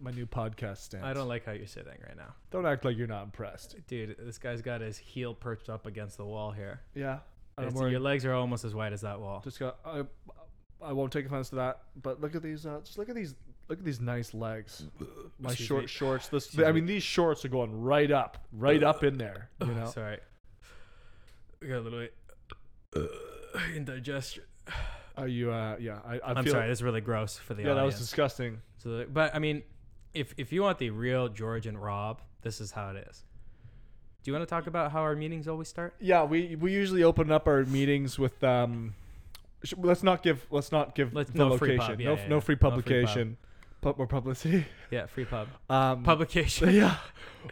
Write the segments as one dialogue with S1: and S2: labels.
S1: my new podcast stance.
S2: I don't like how you're sitting right now.
S1: Don't act like you're not impressed.
S2: Dude, this guy's got his heel perched up against the wall here.
S1: Yeah, I'm
S2: It's-
S1: wearing-
S2: your legs are almost as wide as that wall.
S1: just got. I, I won't take offense to that. But look at these. Uh, just look at these. Look at these nice legs. My
S2: Excuse
S1: short
S2: me.
S1: shorts. This.
S2: Excuse
S1: I
S2: me.
S1: mean, these shorts are going right up, right up in there. You know.
S2: Sorry. I got a little uh, indigestion.
S1: Are you? Uh, yeah. I. I
S2: I'm
S1: feel,
S2: sorry, this is really gross for the
S1: Yeah, that was
S2: audience.
S1: disgusting.
S2: so, the- but I mean, if if you want the real George and Rob, this is how it is. Do you want to talk about how our meetings always start?
S1: Yeah, we we usually open up our meetings with um. Sh- let's not give. Let's not give
S2: Let's-
S1: the
S2: no free
S1: location.
S2: pub. Yeah,
S1: no,
S2: yeah,
S1: no
S2: yeah.
S1: free
S2: No free pub.
S1: publication. pub. or publicity.
S2: Yeah, free pub
S1: Um,
S2: publication.
S1: Yeah.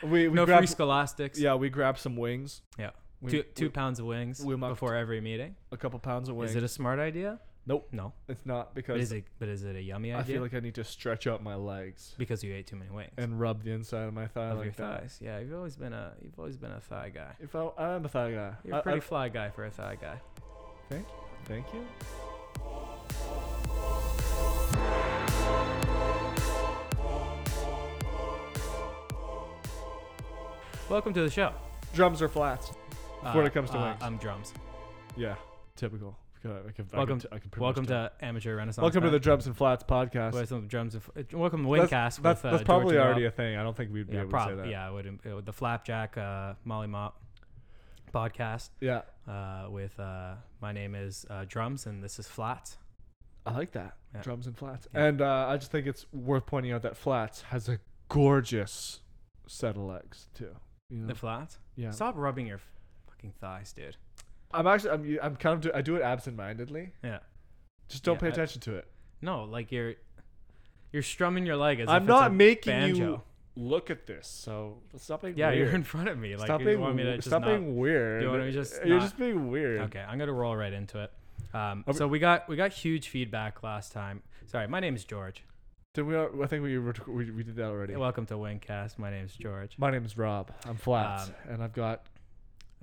S1: We we
S2: no
S1: grab.
S2: free scholastics.
S1: yeah, we grab some wings.
S2: yeah.
S1: We,
S2: two two
S1: we-
S2: pounds of wings
S1: we mucked-
S2: before every meeting.
S1: a couple pounds of wings.
S2: Is it a smart idea?
S1: Nope.
S2: No.
S1: it's not
S2: But
S1: because
S2: is it but is it a yummy
S1: I
S2: idea?
S1: feel like I need to stretch out my legs
S2: because you ate too many wings.
S1: and rub the inside of my thigh
S2: of
S1: like
S2: your
S1: that.
S2: thighs. Yeah, you've always been a you've always been a thigh guy.
S1: If I, I'm a thigh guy.
S2: You're
S1: I-
S2: a pretty
S1: I-
S2: fly guy for a thigh guy.
S1: thank, thank you.
S2: Welcome to the show. Uh,
S1: Drums or flats? Before it comes to wings.
S2: I'm drums.
S1: Yeah, typical. I can- I can- I can
S2: Welcome-
S1: t- I can pretty much
S2: Welcome
S1: tell.
S2: to Amateur Renaissance.
S1: welcome to the
S2: Band.
S1: Drums and Flats podcast.
S2: With some drums. Of, uh, welcome to
S1: That's-
S2: Wingcast.
S1: That's,
S2: with, uh,
S1: that's probably
S2: George and
S1: already
S2: Rob.
S1: a thing. I don't think we'd be
S2: yeah,
S1: able
S2: prob-
S1: to say that.
S2: yeah, I would, it would- the Flapjack uh, Molly Mop podcast
S1: Yeah,
S2: uh, with uh, my name is uh, drums and this is flat.
S1: I like that.
S2: Yeah.
S1: Drums and flats.
S2: Yeah.
S1: And uh, I just think it's worth pointing out that flats has a gorgeous set of legs too. You know?
S2: The flat.
S1: Mm. yeah.
S2: Stop rubbing your fucking thighs, dude.
S1: I'm actually I'm I'm kind of do, I do it absentmindedly.
S2: Yeah.
S1: Just don't
S2: Yeah,
S1: pay
S2: I-
S1: attention to it.
S2: No, like you're you're strumming your leg as
S1: I'm
S2: if
S1: not
S2: it's a
S1: making
S2: banjo.
S1: you look at this. So stop being
S2: Yeah,
S1: weird.
S2: you're in front of me. Like
S1: stop
S2: you
S1: being,
S2: want me to
S1: w-
S2: just
S1: stop
S2: not-
S1: being weird.
S2: Do you want me to just
S1: You're
S2: not-
S1: just being weird.
S2: Okay, I'm gonna roll right into it. Um,
S1: Are we-
S2: so we got we got huge feedback last time. Sorry, my name is George.
S1: Did we? al- I think we were- we, we did that already.
S2: Welcome to Wingcast. My name is George.
S1: My name's Rob. I'm flats,
S2: Um,
S1: and I've got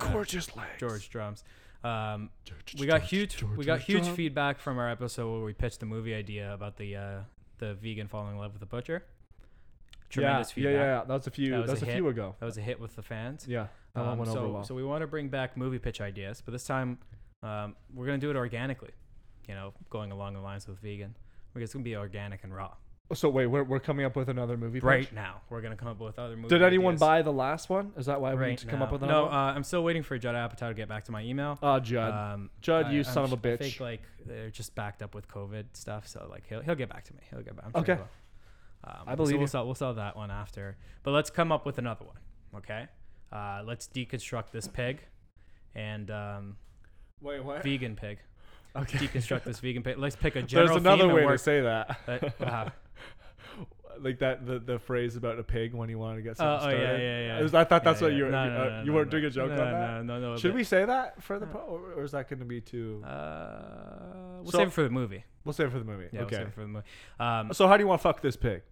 S2: uh,
S1: gorgeous legs.
S2: George drums. Um,
S1: George,
S2: we got
S1: George,
S2: huge
S1: George,
S2: we got
S1: George
S2: huge
S1: Drum.
S2: feedback from our episode where we pitched the movie idea about the uh, the vegan falling in love with the butcher. Tremendous
S1: yeah,
S2: feedback.
S1: Yeah, yeah, That's a few.
S2: That was
S1: that's
S2: a
S1: a, few ago.
S2: That was a hit with the fans.
S1: Yeah, that one
S2: Um,
S1: went
S2: so,
S1: over well.
S2: so we want to bring back movie pitch ideas, but this time um, we're going to do it organically. You know, going along the lines with vegan. We're just going to be organic and raw.
S1: So wait, we're, we're coming up with another movie. pitch?
S2: Right now, we're going to come up with other movies.
S1: Did anyone buy the last one? Is that why we need to come up with another
S2: No, uh,
S1: one?
S2: I'm still waiting for Judd Apatow to get back to my email.
S1: oh, Judd.
S2: Um,
S1: Judd, you
S2: I'm
S1: son of a
S2: sh- I
S1: bitch.
S2: think like they're just backed up with COVID stuff, so like he'll he'll get back to me. He'll get back. I'm sure
S1: Okay.
S2: he will. Um,
S1: I believe
S2: so
S1: you.
S2: we'll sell we'll sell that one after, but let's come up with another one. Okay, uh, let's deconstruct this pig, and um,
S1: wait, what?
S2: vegan pig.
S1: Okay.
S2: Deconstruct this vegan pig. Let's pick a
S1: There's
S2: general
S1: another
S2: theme
S1: way to
S2: and work. Uh-huh.
S1: say that.
S2: But, wow.
S1: like that the, the phrase about a pig when you want to get
S2: Uh,
S1: something
S2: oh yeah,
S1: started.
S2: yeah, yeah.
S1: I was- I thought that's
S2: Yeah,
S1: what
S2: yeah.
S1: you were.
S2: No,
S1: you,
S2: no,
S1: uh,
S2: no,
S1: you
S2: no,
S1: weren't
S2: no.
S1: doing a joke
S2: no,
S1: on that.
S2: No, no, no.
S1: Should
S2: but-
S1: we say that for the
S2: No.
S1: po- or or is that going to be too?
S2: Uh, we'll
S1: So-
S2: save it for the movie.
S1: We'll save it for the movie.
S2: Yeah, we'll
S1: okay.
S2: save it for the movie. Um,
S1: so how do you want to fuck this pig?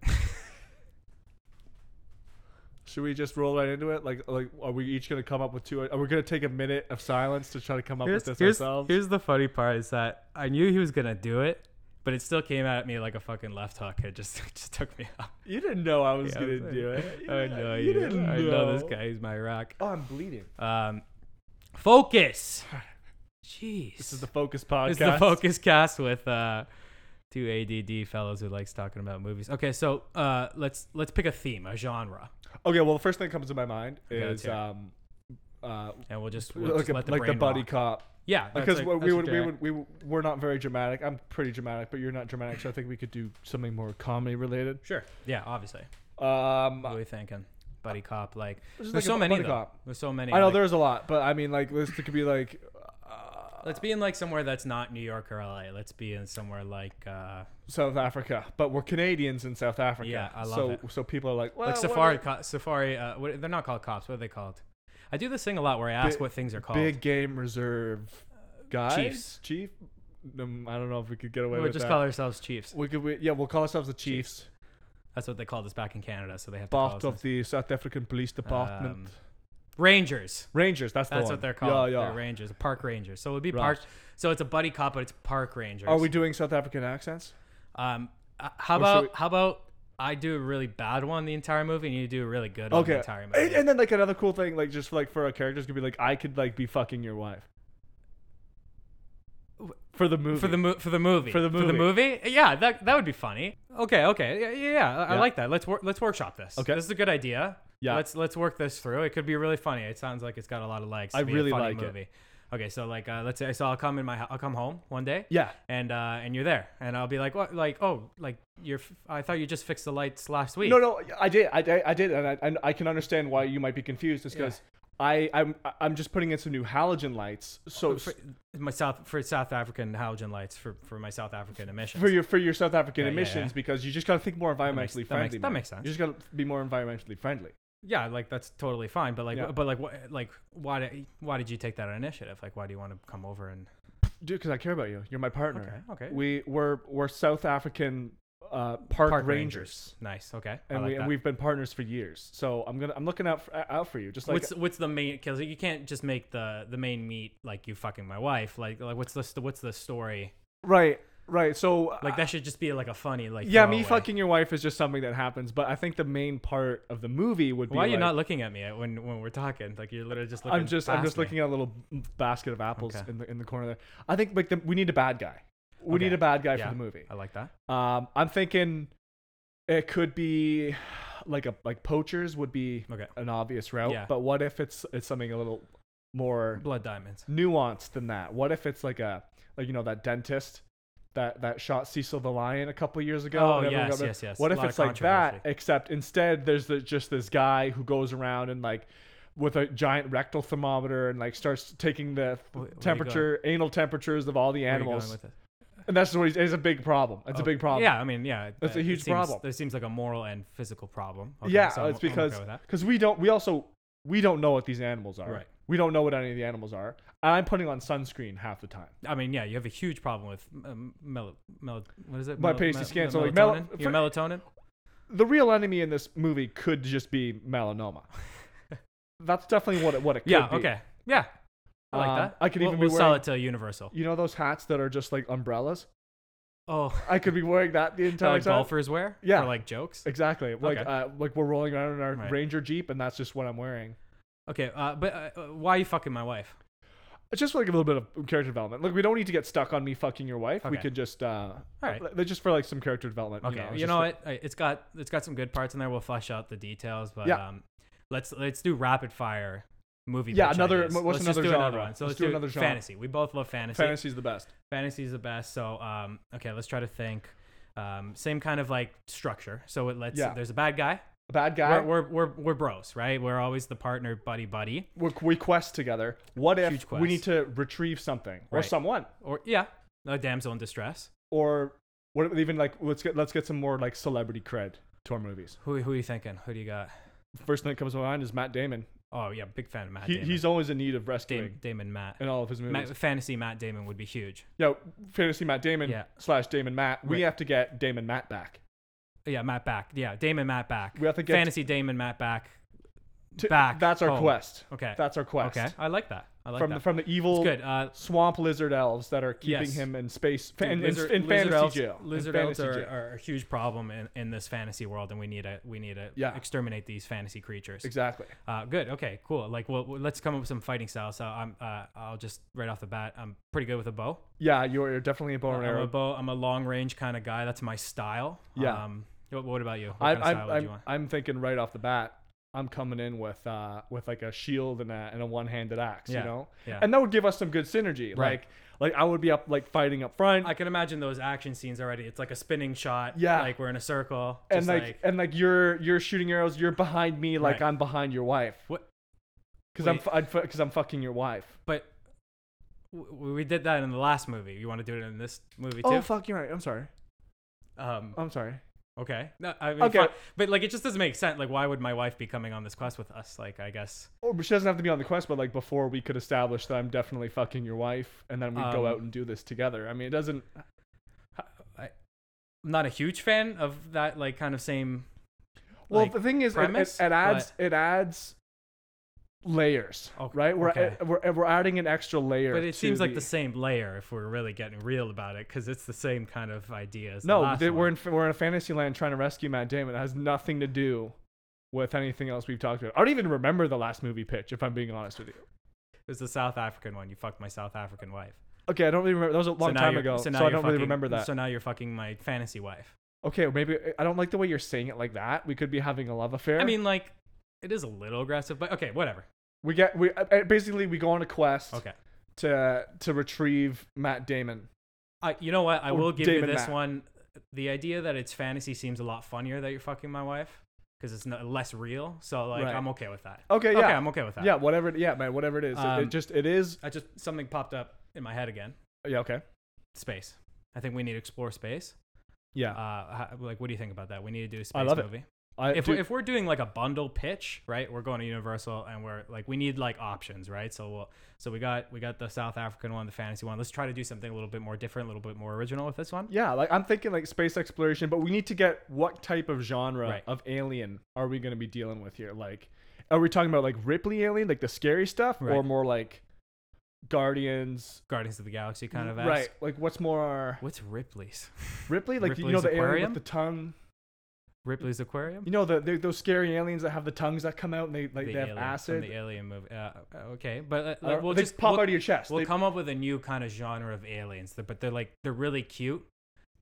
S1: Should we just roll right into it? Like, like, are we each gonna come up with two? Are we gonna take a minute of silence to try to come up
S2: here's,
S1: with this
S2: here's-
S1: ourselves?
S2: here's the funny part is that I knew he was gonna do it, but it still came at me like a fucking left hook. It just it just took me off.
S1: you didn't know I was
S2: Yeah,
S1: gonna
S2: I'm sorry.
S1: do it.
S2: I know you.
S1: didn't know.
S2: I know this guy. He's my rock.
S1: Oh, I'm bleeding.
S2: Um, focus. Jeez.
S1: This is the Focus podcast.
S2: It's the focus cast with uh, two ADD fellows who likes talking about movies. Okay, so uh, let's let's pick a theme, a genre,
S1: Okay, well, the first thing that comes to my mind
S2: Okay, let's
S1: is
S2: hear it.
S1: um, uh,
S2: and we'll just, we'll
S1: like
S2: just
S1: a,
S2: let the
S1: like the
S2: brain
S1: buddy
S2: rock.
S1: cop.
S2: Yeah, that's
S1: Because
S2: like-
S1: what we
S2: that's
S1: would, we
S2: generic.
S1: would, we would- we're not very dramatic. I'm pretty dramatic, but you're not dramatic, so I think we could do something more comedy related.
S2: sure. Yeah, obviously.
S1: Um,
S2: What are we thinking? Buddy cop, like
S1: Just
S2: there's
S1: like a
S2: so many.
S1: buddy
S2: though.
S1: cop.
S2: There's so many.
S1: I know
S2: like,
S1: there's a lot, but I mean, like this could be like
S2: Let's be in like somewhere that's not New York or LA. Let's be in somewhere like uh,
S1: South Africa, but we're Canadians in South Africa.
S2: Yeah, I love
S1: so,
S2: it.
S1: So people are like, well,
S2: like
S1: what
S2: safari
S1: are
S2: co- safari. Uh, what, they're not called cops. What are they called? I do this thing a lot where I ask
S1: Big-
S2: what things are called.
S1: big game reserve guys,
S2: Uh, Chiefs.
S1: chief. Um, I don't know if we could get away
S2: We'll
S1: with
S2: just
S1: that.
S2: call ourselves Chiefs.
S1: we could, we, yeah, we'll call ourselves the Chiefs.
S2: That's what they called us back in Canada. So they have to call
S1: Part
S2: us
S1: of the South African Police Department.
S2: Um, Rangers.
S1: Rangers, that's the
S2: That's
S1: one.
S2: what they're called.
S1: Yeah, yeah.
S2: They're rangers, park rangers. So it would be
S1: Right.
S2: park. So it's a buddy cop, but it's park rangers.
S1: Are we doing South African accents?
S2: Um, uh, how
S1: Or should
S2: about how about I do a really bad one the entire movie, and you do a really good one the
S1: Okay.
S2: entire movie.
S1: And, and then like another cool thing, like just like for our characters, could be like I could like be fucking your wife. For the movie.
S2: for the mo- for the movie
S1: For the
S2: for the
S1: movie.
S2: movie yeah that that would be funny okay okay yeah yeah, yeah. I, I
S1: Yeah.
S2: like that let's work let's workshop this
S1: Okay.
S2: this is a good idea
S1: Yeah.
S2: let's let's work this through it could be really funny it sounds like it's got a lot of legs to
S1: I
S2: be
S1: really
S2: a funny
S1: like it.
S2: movie okay so like uh, let's say so I'll come in my hou- I'll come home one day
S1: yeah.
S2: and uh and you're there and I'll be like what like oh like you're f- I thought you just fixed the lights last week
S1: No, no, I did, I did, I did, and I, and I can understand why you might be confused. Is because I, I'm, I'm just putting in some new halogen lights. So s-
S2: Oh, for, my South for South African halogen lights for for my South African emissions
S1: for your for your South African
S2: Yeah, yeah,
S1: emissions,
S2: yeah.
S1: because you just gotta think more environmentally
S2: makes- that
S1: friendly.
S2: makes- that
S1: man.
S2: makes sense.
S1: You just gotta be more environmentally friendly.
S2: yeah like that's totally fine but like
S1: Yeah.
S2: but like what like why did why did you take that initiative like why do you want to come over and
S1: Dude, because I care about you. You're my partner.
S2: Okay, okay.
S1: We we're we're South African uh, park,
S2: Park
S1: rangers.
S2: rangers. nice okay I
S1: And,
S2: like
S1: we, and
S2: that.
S1: we've been partners for years, so I'm gonna I'm looking out for, out for you, just like
S2: what's what's the main because you can't just make the the main meat like you fucking my wife like like what's the st- what's the story
S1: right, right. So uh,
S2: like that should just be like a funny like
S1: yeah, me
S2: throwaway.
S1: fucking your wife is just something that happens, but I think the main part of the movie would be
S2: why are you
S1: like-
S2: not looking at me uh, when when we're talking like you're literally just looking
S1: I'm just I'm
S2: past
S1: just
S2: me.
S1: looking at a little basket of apples
S2: Okay.
S1: in the in the corner there. I think like the, we need a bad guy. We
S2: Okay.
S1: need a bad guy
S2: Yeah.
S1: for the movie.
S2: I like that
S1: Um, I'm thinking it could be like a like poachers would be
S2: okay
S1: an obvious route,
S2: Yeah.
S1: but what if it's it's something a little more
S2: blood diamonds
S1: nuanced than that? What if it's like a like you know that dentist that that shot Cecil the lion a couple years ago?
S2: Oh,
S1: and everyone
S2: yes,
S1: got-
S2: yes, yes.
S1: What
S2: A
S1: if
S2: lot of
S1: it's like that?
S2: controversy.
S1: Except instead, there's the, just this guy who goes around and like with a giant rectal thermometer and like starts taking the
S2: Wh- where you
S1: temperature, anal temperatures of all the
S2: Where are you going
S1: animals,
S2: with it?
S1: and that's what he's, it's a big problem. It's a
S2: Okay.
S1: big problem.
S2: yeah I mean yeah it- uh,
S1: That's a
S2: it
S1: huge
S2: seems-
S1: problem.
S2: there seems like a moral and physical problem Okay,
S1: yeah.
S2: so I'm-
S1: it's
S2: I'm okay
S1: because
S2: with that.
S1: because we don't we also we don't know what these animals are.
S2: Right.
S1: We don't know what any of the animals are. And I'm putting on sunscreen half the time.
S2: I mean, yeah, you have a huge problem with um, mel- mel- what is it?
S1: My
S2: Mel-
S1: pasty
S2: mel-
S1: skin,
S2: mel-
S1: so, like, mel-
S2: melatonin. Your melatonin.
S1: the real enemy in this movie could just be melanoma. That's definitely what it what it could
S2: Yeah.
S1: be.
S2: Okay. Yeah. I like
S1: Um,
S2: that.
S1: I could
S2: we'll,
S1: even be
S2: we'll sell
S1: wearing-
S2: it to Universal.
S1: You know those hats that are just like umbrellas?
S2: Oh,
S1: I could be wearing that the
S2: that
S1: entire
S2: like
S1: time.
S2: golfers wear.
S1: Yeah.
S2: For like jokes.
S1: Exactly. Like
S2: Okay.
S1: uh, like we're rolling around in our
S2: Right.
S1: Ranger Jeep and that's just what I'm wearing.
S2: Okay. Uh, but uh, uh, why are you fucking my wife?
S1: It's just like a little bit of character development. Like we don't need to get stuck on me fucking your wife. We
S2: Okay.
S1: could just uh
S2: Alright.
S1: li- just for like some character development.
S2: Okay.
S1: it's
S2: You
S1: just
S2: know,
S1: like-
S2: what? it, it's got it's got some good parts in there. We'll flesh out the details, but
S1: Yeah.
S2: um, let's let's do rapid fire movie.
S1: Yeah,
S2: pitch
S1: another-
S2: ideas.
S1: what's
S2: let's just
S1: another
S2: do another
S1: genre?
S2: one. So
S1: Let's
S2: let's,
S1: do another genre.
S2: fantasy. We both love
S1: fantasy's the best.
S2: Fantasy's the best. So, um, okay, let's try to think. Um, same kind of like structure. So it lets
S1: Yeah.
S2: there's a bad guy.
S1: A bad guy.
S2: We're, we're we're we're bros, right? We're always the partner, buddy, buddy,
S1: We're, we quest together. What if
S2: Huge
S1: we
S2: quest.
S1: need to retrieve something or
S2: Right.
S1: someone?
S2: or yeah, a damsel in distress.
S1: or what even like let's get let's get some more like celebrity cred to our movies.
S2: Who who are you thinking? Who do you got?
S1: First thing that comes to mind is Matt Damon.
S2: Oh yeah, big fan of Matt.
S1: He,
S2: Damon.
S1: he's always in need of rescuing
S2: Damon, Damon Matt.
S1: in all of his movies.
S2: Matt. Fantasy Matt Damon would be huge.
S1: Yo, fantasy Matt Damon
S2: Yeah.
S1: slash Damon Matt. We
S2: Right.
S1: have to get Damon Matt back.
S2: Yeah, Matt back. Yeah, Damon Matt back.
S1: We have to get-
S2: fantasy Damon Matt back.
S1: To-
S2: Back
S1: That's our
S2: home.
S1: quest.
S2: Okay.
S1: That's our quest.
S2: okay. I like that. I like
S1: from
S2: that.
S1: the from the evil
S2: it's good. Uh,
S1: swamp lizard elves that are keeping
S2: Yes.
S1: him in space fa-
S2: Dude,
S1: in, in-
S2: lizard-
S1: in
S2: lizard
S1: fantasy
S2: elves-
S1: jail. In
S2: Lizard elves
S1: fantasy
S2: are,
S1: jail.
S2: are a huge problem in, in this fantasy world, and we need to we need to
S1: Yeah.
S2: exterminate these fantasy creatures.
S1: exactly.
S2: Uh, good. Okay. Cool. Like, well, well, let's come up with some fighting styles. So I'm uh, I'll just right off the bat, I'm pretty good with a bow.
S1: Yeah, you're, you're definitely a bow and
S2: I'm a
S1: arrow.
S2: bow. I'm a long range kind of guy. That's my style.
S1: Yeah.
S2: Um, what, what about you? What
S1: I,
S2: kind of
S1: I'm
S2: style would you
S1: I'm,
S2: want?
S1: I'm thinking right off the bat. I'm coming in with uh with like a shield and a and a one handed axe.
S2: Yeah.
S1: You know.
S2: Yeah.
S1: and that would give us some good synergy.
S2: Right.
S1: Like like I would be up like fighting up front,
S2: I can imagine those action scenes already. It's like a spinning shot.
S1: Yeah.
S2: Like we're in a circle.
S1: and
S2: just
S1: like, and like you're you're shooting arrows, you're behind me, like
S2: Right.
S1: I'm behind your wife.
S2: What-
S1: Because I'm
S2: wait.
S1: because I'm fucking your wife.
S2: but w- we did that in the last movie. You want to do it in this movie too?
S1: Oh fuck, you're right. I'm sorry.
S2: um,
S1: I'm sorry.
S2: Okay. No, I mean,
S1: Okay.
S2: fine. But like, it just doesn't make sense. Like, why would my wife be coming on this quest with us? Like, I guess.
S1: Oh, but she doesn't have to be on the quest, but like before we could establish that I'm definitely fucking your wife, and then we would go
S2: Um,
S1: out and do this together. I mean, it doesn't.
S2: I, I'm not a huge fan of that, like, kind of same.
S1: Well,
S2: like,
S1: the thing is, it- it,
S2: premise,
S1: it adds it adds layers,
S2: Ok-
S1: right? We're,
S2: okay.
S1: we're we're adding an extra layer.
S2: But it
S1: to
S2: seems like
S1: the-
S2: the same layer if we're really getting real about it, because it's the same kind of idea as the
S1: No,
S2: last
S1: they, we're
S2: one.
S1: in we're in a fantasy land trying to rescue Matt Damon. It has nothing to do with anything else we've talked about. I don't even remember the last movie pitch, if I'm being honest with you.
S2: It was the South African one. You fucked my South African wife.
S1: Okay, I don't really remember. That was a long
S2: now
S1: time
S2: you're-
S1: ago, so,
S2: now
S1: I
S2: you're
S1: don't really
S2: fucking-
S1: remember that.
S2: So now you're fucking my fantasy wife.
S1: okay, maybe I don't like the way you're saying it like that. We could be having a love affair.
S2: I mean, like, it is a little aggressive, but okay, whatever.
S1: we get we uh, uh, basically we go on a quest
S2: Okay.
S1: to to retrieve Matt Damon.
S2: I, you know what? I
S1: Or
S2: will give
S1: Damon
S2: you this
S1: Mack.
S2: one. The idea that it's fantasy seems a lot funnier that you're fucking my wife because it's not, less real. So like,
S1: Right.
S2: I'm okay with that.
S1: Okay, yeah,
S2: Okay, I'm okay with that.
S1: yeah, whatever. It, yeah, man, whatever it is, It- it,
S2: Um,
S1: just it is.
S2: I just something popped up in my head again.
S1: Yeah, okay,
S2: Space. I think we need to explore space.
S1: yeah.
S2: Uh, ho- like, what do you think about that? We need to do a space
S1: I love it.
S2: movie.
S1: I,
S2: if,
S1: dude,
S2: we, if we're doing like a bundle pitch, right? We're going to Universal, and we're like, we need like options, right? So we'll, so we got we got the South African one, the fantasy one. Let's try to do something a little bit more different, a little bit more original with this one.
S1: yeah, like I'm thinking like space exploration, but we need to get what type of genre
S2: Right.
S1: of alien are we going to be dealing with here? Like, are we talking about like Ripley alien, like the scary stuff, or
S2: Right.
S1: more like Guardians?
S2: Guardians of the Galaxy kind of
S1: right.
S2: esque.
S1: Like, what's more
S2: What's Ripley's?
S1: Ripley? Like, you know
S2: Ripley's
S1: the alien
S2: Aquarium?
S1: with the tongue.
S2: Ripley's Aquarium.
S1: You know the, the those scary aliens that have the tongues that come out and they like they have
S2: alien,
S1: acid.
S2: From the Alien movie. Uh, uh, okay, but uh,
S1: Or
S2: like, we'll
S1: they
S2: just
S1: pop
S2: we'll,
S1: out of your chest.
S2: we'll
S1: They-
S2: come up with a new kind of genre of aliens, that- but they're like they're really cute,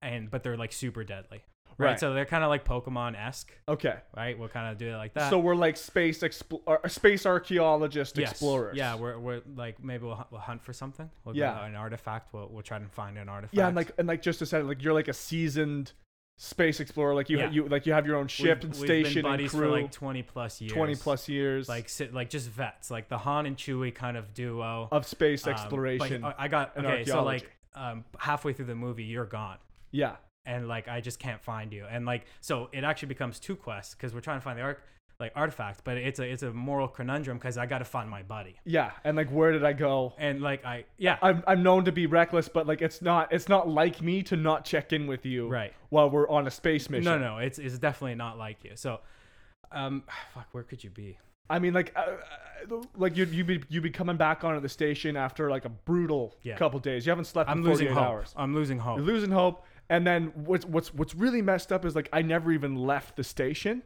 S2: and but they're like super deadly. Right.
S1: Right.
S2: So they're kind of like Pokemon esque.
S1: okay.
S2: Right. We'll kind of do it like that.
S1: so we're like space expl- or space archaeologist
S2: Yes.
S1: explorers.
S2: Yeah, we're, we're like maybe we'll, hu- we'll hunt for something. We'll
S1: Yeah.
S2: go an artifact. We'll, we'll try and find an artifact.
S1: yeah, and like and like just to say, like you're like a seasoned space explorer. Like you,
S2: Yeah.
S1: you like you have your own ship
S2: We've-
S1: and
S2: we've been
S1: station and
S2: buddies
S1: crew.
S2: for like twenty plus years.
S1: Twenty plus years,
S2: Like sit, like just vets, like the Han and Chewie kind of duo.
S1: of space
S2: Um, but
S1: exploration.
S2: I- I got
S1: and
S2: okay. So like
S1: archaeology.
S2: um, halfway through the movie, you're gone.
S1: yeah,
S2: and like I just can't find you. And like so it actually becomes two quests because we're trying to find the arc like artifact, but it's a it's a moral conundrum because I got to find my buddy.
S1: yeah, and like where did I go?
S2: And like I yeah
S1: I'm I'm known to be reckless, but like it's not it's not like me to not check in with you
S2: right
S1: while we're on a space mission.
S2: no no it's it's definitely not like you. So um fuck where could you be?
S1: I mean, like, uh, uh, like you you be you be coming back onto the station after like a brutal
S2: Yeah.
S1: couple days. You haven't slept
S2: I'm
S1: in
S2: losing
S1: 48
S2: hope.
S1: hours.
S2: I'm losing hope.
S1: You're losing hope, and then what's what's what's really messed up is like I never even left the station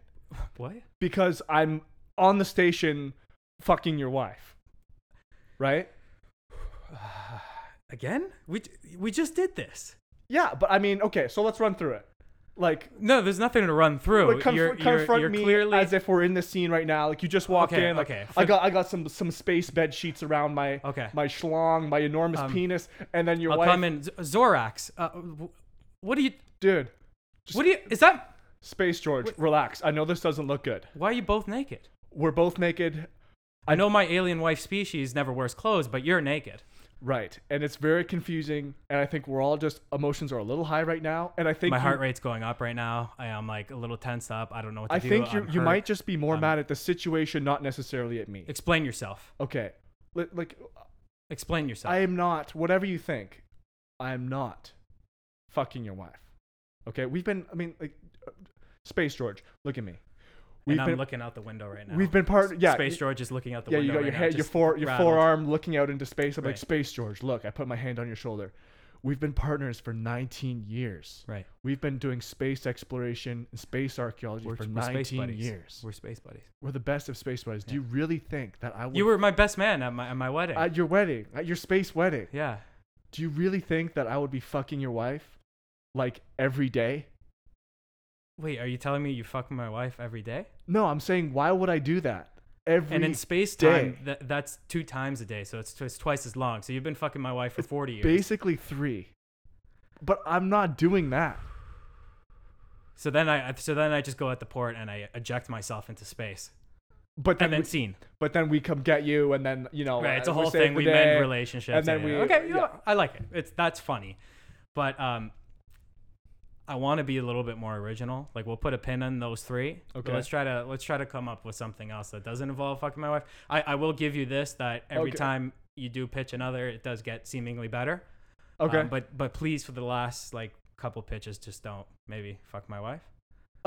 S2: what?
S1: because I'm on the station, fucking your wife, right?
S2: Again? We we just did this.
S1: Yeah, but I mean, okay, so let's run through it. Like,
S2: No, there's nothing to run through.
S1: but conf-
S2: Oh, you're, you're,
S1: confront
S2: you're
S1: me
S2: clearly
S1: as if we're in the scene right now. Like you just walked
S2: Okay,
S1: in. Like,
S2: okay.
S1: I got I got some some space bed sheets around my
S2: Okay. Um,
S1: my schlong, my enormous penis, and then your
S2: I'll
S1: wife,
S2: come in Z- Zorax. Uh, w- what do you
S1: dude.
S2: what do you is that
S1: Space George, relax. I know this doesn't look good.
S2: why are you both naked?
S1: We're both naked,
S2: I know my alien wife species never wears clothes, but you're naked.
S1: right? And it's very confusing. And I think we're all just emotions are a little high right now. And I think
S2: My
S1: you-
S2: heart rate's going up right now. I am like a little tense up. I don't know what to
S1: I
S2: do.
S1: think you
S2: I'm
S1: you
S2: hurt. um,
S1: might just be more mad at the situation, not necessarily at me.
S2: explain yourself.
S1: Okay, Li- like
S2: Explain yourself.
S1: I am not. Whatever you think, I am not fucking your wife. Okay, we've been. I mean, like, uh, Space George, look at me. We've
S2: and I'm
S1: been.
S2: looking out the window right now.
S1: we've been part. Yeah,
S2: Space George is looking out the
S1: Yeah, you
S2: window.
S1: got your
S2: right now,
S1: head, your
S2: just
S1: fore, your
S2: rattled.
S1: forearm looking out into space. I'm like,
S2: Right.
S1: space, George. Look, I put my hand on your shoulder. We've been partners for 19 years.
S2: Right.
S1: We've been doing space exploration and space archaeology
S2: We're,
S1: for
S2: we're space
S1: 19
S2: buddies.
S1: years. We're,
S2: We're space buddies.
S1: the best of space buddies. Do you really think that I would?
S2: You were my best man at my, at my wedding.
S1: at your wedding, at your space wedding.
S2: yeah.
S1: Do you really think that I would be fucking your wife, like every day?
S2: Wait, are you telling me you fuck my wife every day?
S1: No, I'm saying why would I do that every?
S2: and in space
S1: day.
S2: time, th- that's two times a day, so it's, it's twice as long. So you've been fucking my wife for 40 years.
S1: basically three. But I'm not doing that.
S2: So then I so then I just go at the port and I eject myself into space.
S1: But then
S2: And then
S1: we-
S2: scene.
S1: but then we come get you, and then you know,
S2: Right, it's a
S1: uh,
S2: whole
S1: save
S2: thing.
S1: the
S2: We
S1: day.
S2: mend relationships.
S1: and then
S2: yeah, yeah.
S1: we-
S2: okay, you know
S1: yeah.
S2: what? I like it. It's that's funny, but um, I want to be a little bit more original. Like we'll put a pin on those three. but
S1: Okay.
S2: let's try to let's try to come up with something else that doesn't involve fucking my wife. I I will give you this that every
S1: Okay.
S2: time you do pitch another, it does get seemingly better.
S1: Okay,
S2: Um, but but please for the last like couple pitches, just don't maybe fuck my wife.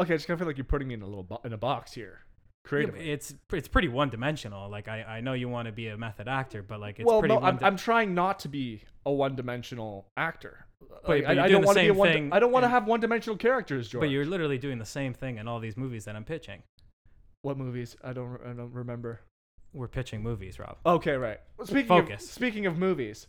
S1: okay. I just kind of feel like you're putting me in a little bo- in a box here. creatively.
S2: it's it's pretty one dimensional. Like I, I know you want to be a method actor, but like it's
S1: well,
S2: pretty.
S1: no, I'm,
S2: one di-
S1: I'm trying not to be a one-dimensional actor. Like,
S2: but
S1: I,
S2: you're
S1: I
S2: doing
S1: don't
S2: the
S1: want to be a
S2: same
S1: one.
S2: thing
S1: I don't want to
S2: in-
S1: have one-dimensional characters, George.
S2: but you're literally doing the same thing in all these movies that I'm pitching.
S1: what movies? I don't. I don't remember.
S2: We're pitching movies, Rob.
S1: Okay, right. Well, Speaking
S2: Focus.
S1: of speaking of movies,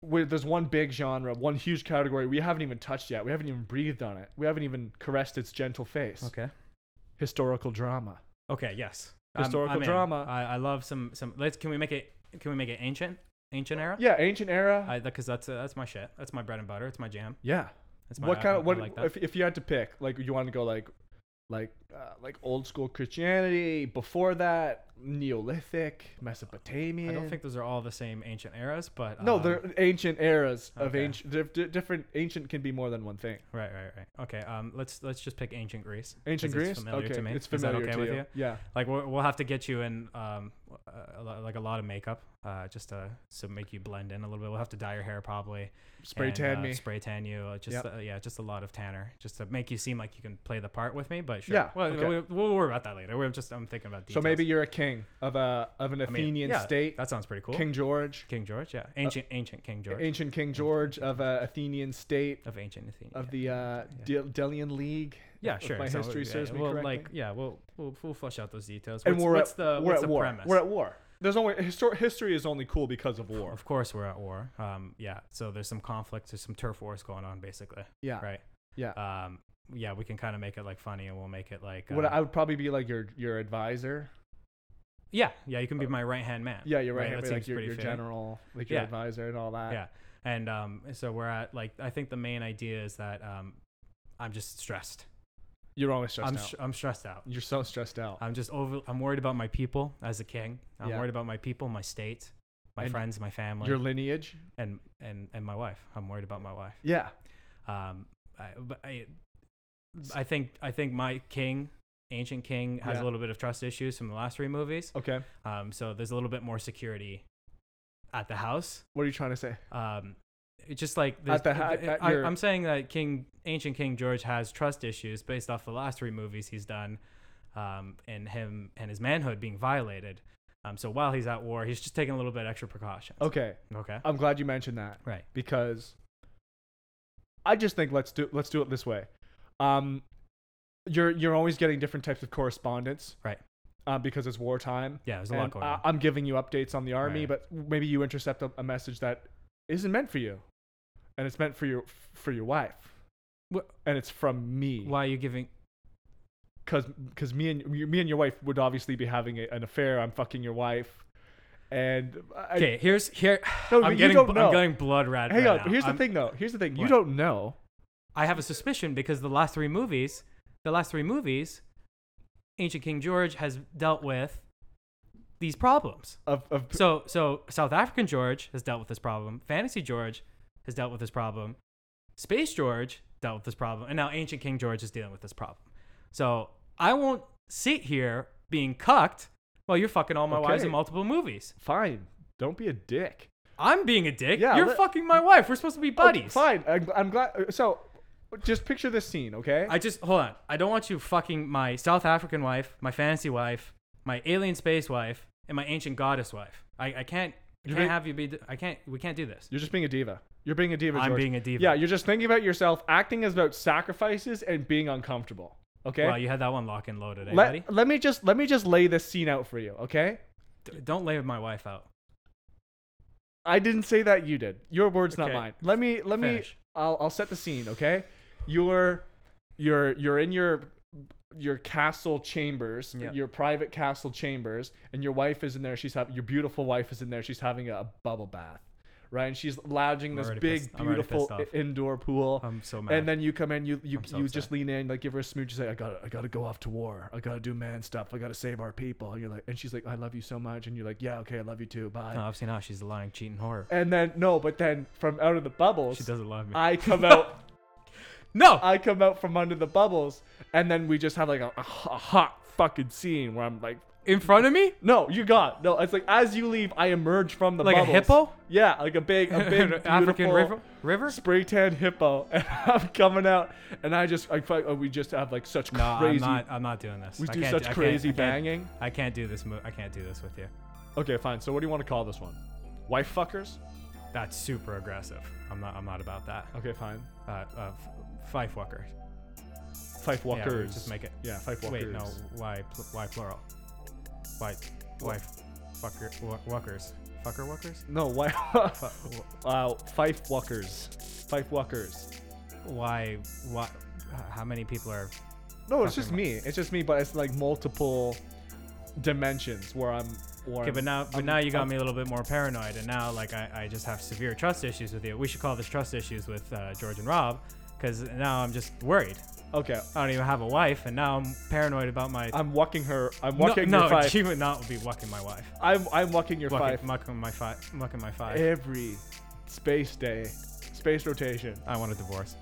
S1: where there's one big genre, one huge category we haven't even touched yet. We haven't even breathed on it. We haven't even caressed its gentle face.
S2: Okay.
S1: Historical drama.
S2: Okay. Yes. I'm-
S1: Historical
S2: I'm in.
S1: drama.
S2: I, I love some some. Let's can we make it can we make it ancient ancient era?
S1: Yeah, ancient era.
S2: I because that's uh, that's my shit. That's my bread and butter. It's my jam.
S1: yeah.
S2: That's my,
S1: What
S2: I-
S1: kind
S2: I
S1: of what
S2: like that.
S1: if if you had to pick like you want to go like like uh, like old school Christianity before that Neolithic Mesopotamia.
S2: I don't think those are all the same ancient eras, but
S1: no,
S2: um,
S1: they're ancient eras of
S2: okay.
S1: ancient. di- di- different ancient can be more than one thing.
S2: right, right, right. Okay, um, let's let's just pick ancient Greece. 'cause
S1: Ancient
S2: it's
S1: Greece.
S2: familiar
S1: okay,
S2: to me.
S1: it's
S2: Is that
S1: familiar
S2: okay
S1: to
S2: with
S1: you.
S2: you?
S1: Yeah.
S2: Like we'll, we'll have to get you in um uh, a lo- like a lot of makeup uh just to so make you blend in a little bit. We'll have to dye your hair probably.
S1: Spray
S2: and,
S1: tan
S2: uh,
S1: me.
S2: Spray tan you. uh, Just
S1: Yep.
S2: uh, yeah, just a lot of tanner, just to make you seem like you can play the part with me. But sure.
S1: Yeah,
S2: Well,
S1: okay.
S2: we, we'll worry about that later. We're just I'm thinking about
S1: So
S2: details.
S1: maybe you're a king of a of an
S2: I mean,
S1: Athenian
S2: yeah,
S1: state,
S2: That sounds pretty cool. King,
S1: King George,
S2: George. Yeah. Ancient ancient King George
S1: ancient King George of a Athenian state
S2: of ancient Athenia.
S1: of the uh, Del- Delian League.
S2: yeah,
S1: if
S2: sure.
S1: my
S2: so,
S1: history
S2: yeah,
S1: serves me
S2: we'll,
S1: correctly.
S2: Like, yeah, we'll, we'll we'll flush out those details.
S1: And
S2: what's,
S1: we're
S2: what's
S1: at,
S2: the
S1: we're at
S2: what's the
S1: war.
S2: premise?
S1: We're at war. There's only histor- history is only cool because of war.
S2: Of course, we're at war. Um, yeah. So there's some conflict. There's some turf wars going on, basically.
S1: Yeah.
S2: Right.
S1: Ah, Yeah.
S2: Um, yeah. We can kind of make it like funny, and we'll make it like.
S1: Would
S2: um,
S1: I would probably be like your your advisor.
S2: yeah. Yeah. You can be my right hand man.
S1: Yeah, you're right.
S2: That
S1: like
S2: seems
S1: your,
S2: pretty
S1: your
S2: fair.
S1: general, like your
S2: Yeah.
S1: advisor and all that.
S2: Yeah. And um, so we're at like I think the main idea is that um, I'm just stressed.
S1: You're always stressed
S2: I'm
S1: out.
S2: sh- I'm stressed out.
S1: you're so stressed out.
S2: I'm just over. I'm worried about my people as a king. I'm
S1: Yeah.
S2: worried about my people, my state, my
S1: And
S2: friends, my family,
S1: your lineage.
S2: and and and my wife. I'm worried about my wife.
S1: Yeah.
S2: Um, I, but I, I think I think my king, ancient king, has
S1: Yeah.
S2: a little bit of trust issues from the last three movies.
S1: Okay.
S2: Um, so there's a little bit more security at the house.
S1: What are you trying to say?
S2: Um, it's just like there's-
S1: the ha- at
S2: I,
S1: your-
S2: I'm saying that King, ancient King George has trust issues based off the last three movies he's done, um, and him and his manhood being violated. Um, so while he's at war, he's just taking a little bit extra precautions.
S1: Okay. Uh,
S2: Okay.
S1: I'm glad you mentioned that.
S2: Right.
S1: because I just think let's do let's do it this way. Um, you're you're always getting different types of correspondence,
S2: Right.
S1: Uh, because it's wartime.
S2: Yeah. There's a lot
S1: And
S2: going
S1: I,
S2: on.
S1: I'm giving you updates on the army,
S2: Right.
S1: but maybe you intercept a, a message that isn't meant for you, and it's meant for your for your wife,
S2: Wha-
S1: and it's from me.
S2: Why are you giving?
S1: Because because me and me and your wife would obviously be having a, an affair. I'm fucking your wife, and I,
S2: Okay, here's here.
S1: No, but
S2: I'm
S1: you
S2: getting
S1: don't
S2: bl-
S1: know.
S2: I'm getting blood red.
S1: hang
S2: right
S1: on.
S2: now.
S1: Here's
S2: I'm-
S1: the thing, though. Here's the thing. You
S2: What?
S1: don't know.
S2: I have a suspicion because the last three movies, the last three movies, Ancient King George has dealt with these problems.
S1: Of, of
S2: So so South African George has dealt with this problem. Fantasy George has dealt with this problem. Space George dealt with this problem, and now Ancient King George is dealing with this problem. So I won't sit here being cucked while you're fucking all my wives
S1: Okay.
S2: in multiple movies.
S1: fine. Don't be a dick.
S2: I'm being a dick.
S1: Yeah,
S2: you're
S1: let-
S2: fucking my wife. We're supposed to be buddies.
S1: Oh, fine. I'm, I'm glad. So, just picture this scene, okay?
S2: I just hold on. I don't want you fucking my South African wife, my fantasy wife, my alien space wife, and my ancient goddess wife. I, I can't. I
S1: You're
S2: can't
S1: ba-
S2: have you be. I can't. We can't do this.
S1: you're just being a diva. You're being a diva.
S2: I'm
S1: George.
S2: being a diva.
S1: Yeah, you're just thinking about yourself, acting as about sacrifices and being uncomfortable. Okay.
S2: Well, you had that one lock and loaded, eh, buddy?
S1: let, let me just let me just lay this scene out for you, okay?
S2: D- don't lay my wife out.
S1: I didn't say that. You did. Your words, not
S2: Okay.
S1: mine. Let me let
S2: Finish.
S1: me. I'll I'll set the scene, okay? You're you're you're in your your castle chambers,
S2: Yeah.
S1: your private castle chambers, and your wife is in there. She's having your beautiful wife is in there. She's having a bubble bath, right? And she's lounging this
S2: already
S1: big,
S2: pissed- I'm already
S1: beautiful
S2: pissed off.
S1: i- indoor pool.
S2: I'm so mad.
S1: and then you come in, you you,
S2: I'm so
S1: you
S2: upset.
S1: just lean in, like give her a smooch, you say, I gotta I gotta go off to war. I gotta do man stuff. I gotta save our people. And you're like and she's like, I love you so much, and you're like, Yeah, okay, I love you too. Bye.
S2: no, I've seen how she's a lying, cheating whore.
S1: And then no, but then from out of the bubbles,
S2: She doesn't love me.
S1: I come out
S2: No.
S1: I come out from under the bubbles, and then we just have like a, a h- a hot fucking scene where I'm like,
S2: In front of me?
S1: no, you got no. It's like as you leave, I emerge from the
S2: Like a
S1: bubbles.
S2: hippo?
S1: Yeah, like a big, a big
S2: African
S1: beautiful
S2: river? river?
S1: spray tan hippo, and I'm coming out, and I just, I fuck, we just have like such
S2: No,
S1: crazy.
S2: I'm not. I'm not doing this.
S1: We
S2: I
S1: do
S2: can't
S1: such
S2: I can't-
S1: crazy
S2: I can't-
S1: banging.
S2: I can't do this. Mo- I can't do this with you.
S1: Okay, fine. So what do you want to call this one? Wife fuckers?
S2: That's super aggressive. I'm not. I'm not about that.
S1: Okay, fine.
S2: Uh, uh, five fucker.
S1: Fife
S2: Yeah, we
S1: walkers.
S2: just make it.
S1: Yeah, fife walkers.
S2: Wait, no. Why? pl- Why plural? Why? Why? Fucker. wa- Walkers. Fucker walkers.
S1: No, why?
S2: Fu- wa-
S1: wow, fife walkers. Fife walkers.
S2: Why? Why? How many people are?
S1: No, it's just
S2: Fucking-
S1: me. It's just me, but it's like multiple dimensions where I'm. Where
S2: Okay, but
S1: I'm-
S2: now, but
S1: I'm-
S2: now you got
S1: I'm-
S2: me a little bit more paranoid, and now like I, I just have severe trust issues with you. We should call this trust issues with uh, George and Rob, because now I'm just worried.
S1: Okay,
S2: I don't even have a wife, and now I'm paranoid about my.
S1: I'm walking her. I'm walking
S2: no,
S1: your
S2: no,
S1: five.
S2: she would not be walking my wife.
S1: I'm I'm walking your
S2: Walking,
S1: five Eh.
S2: mucking my five. Mucking my five.
S1: every space day, space rotation.
S2: I want a divorce.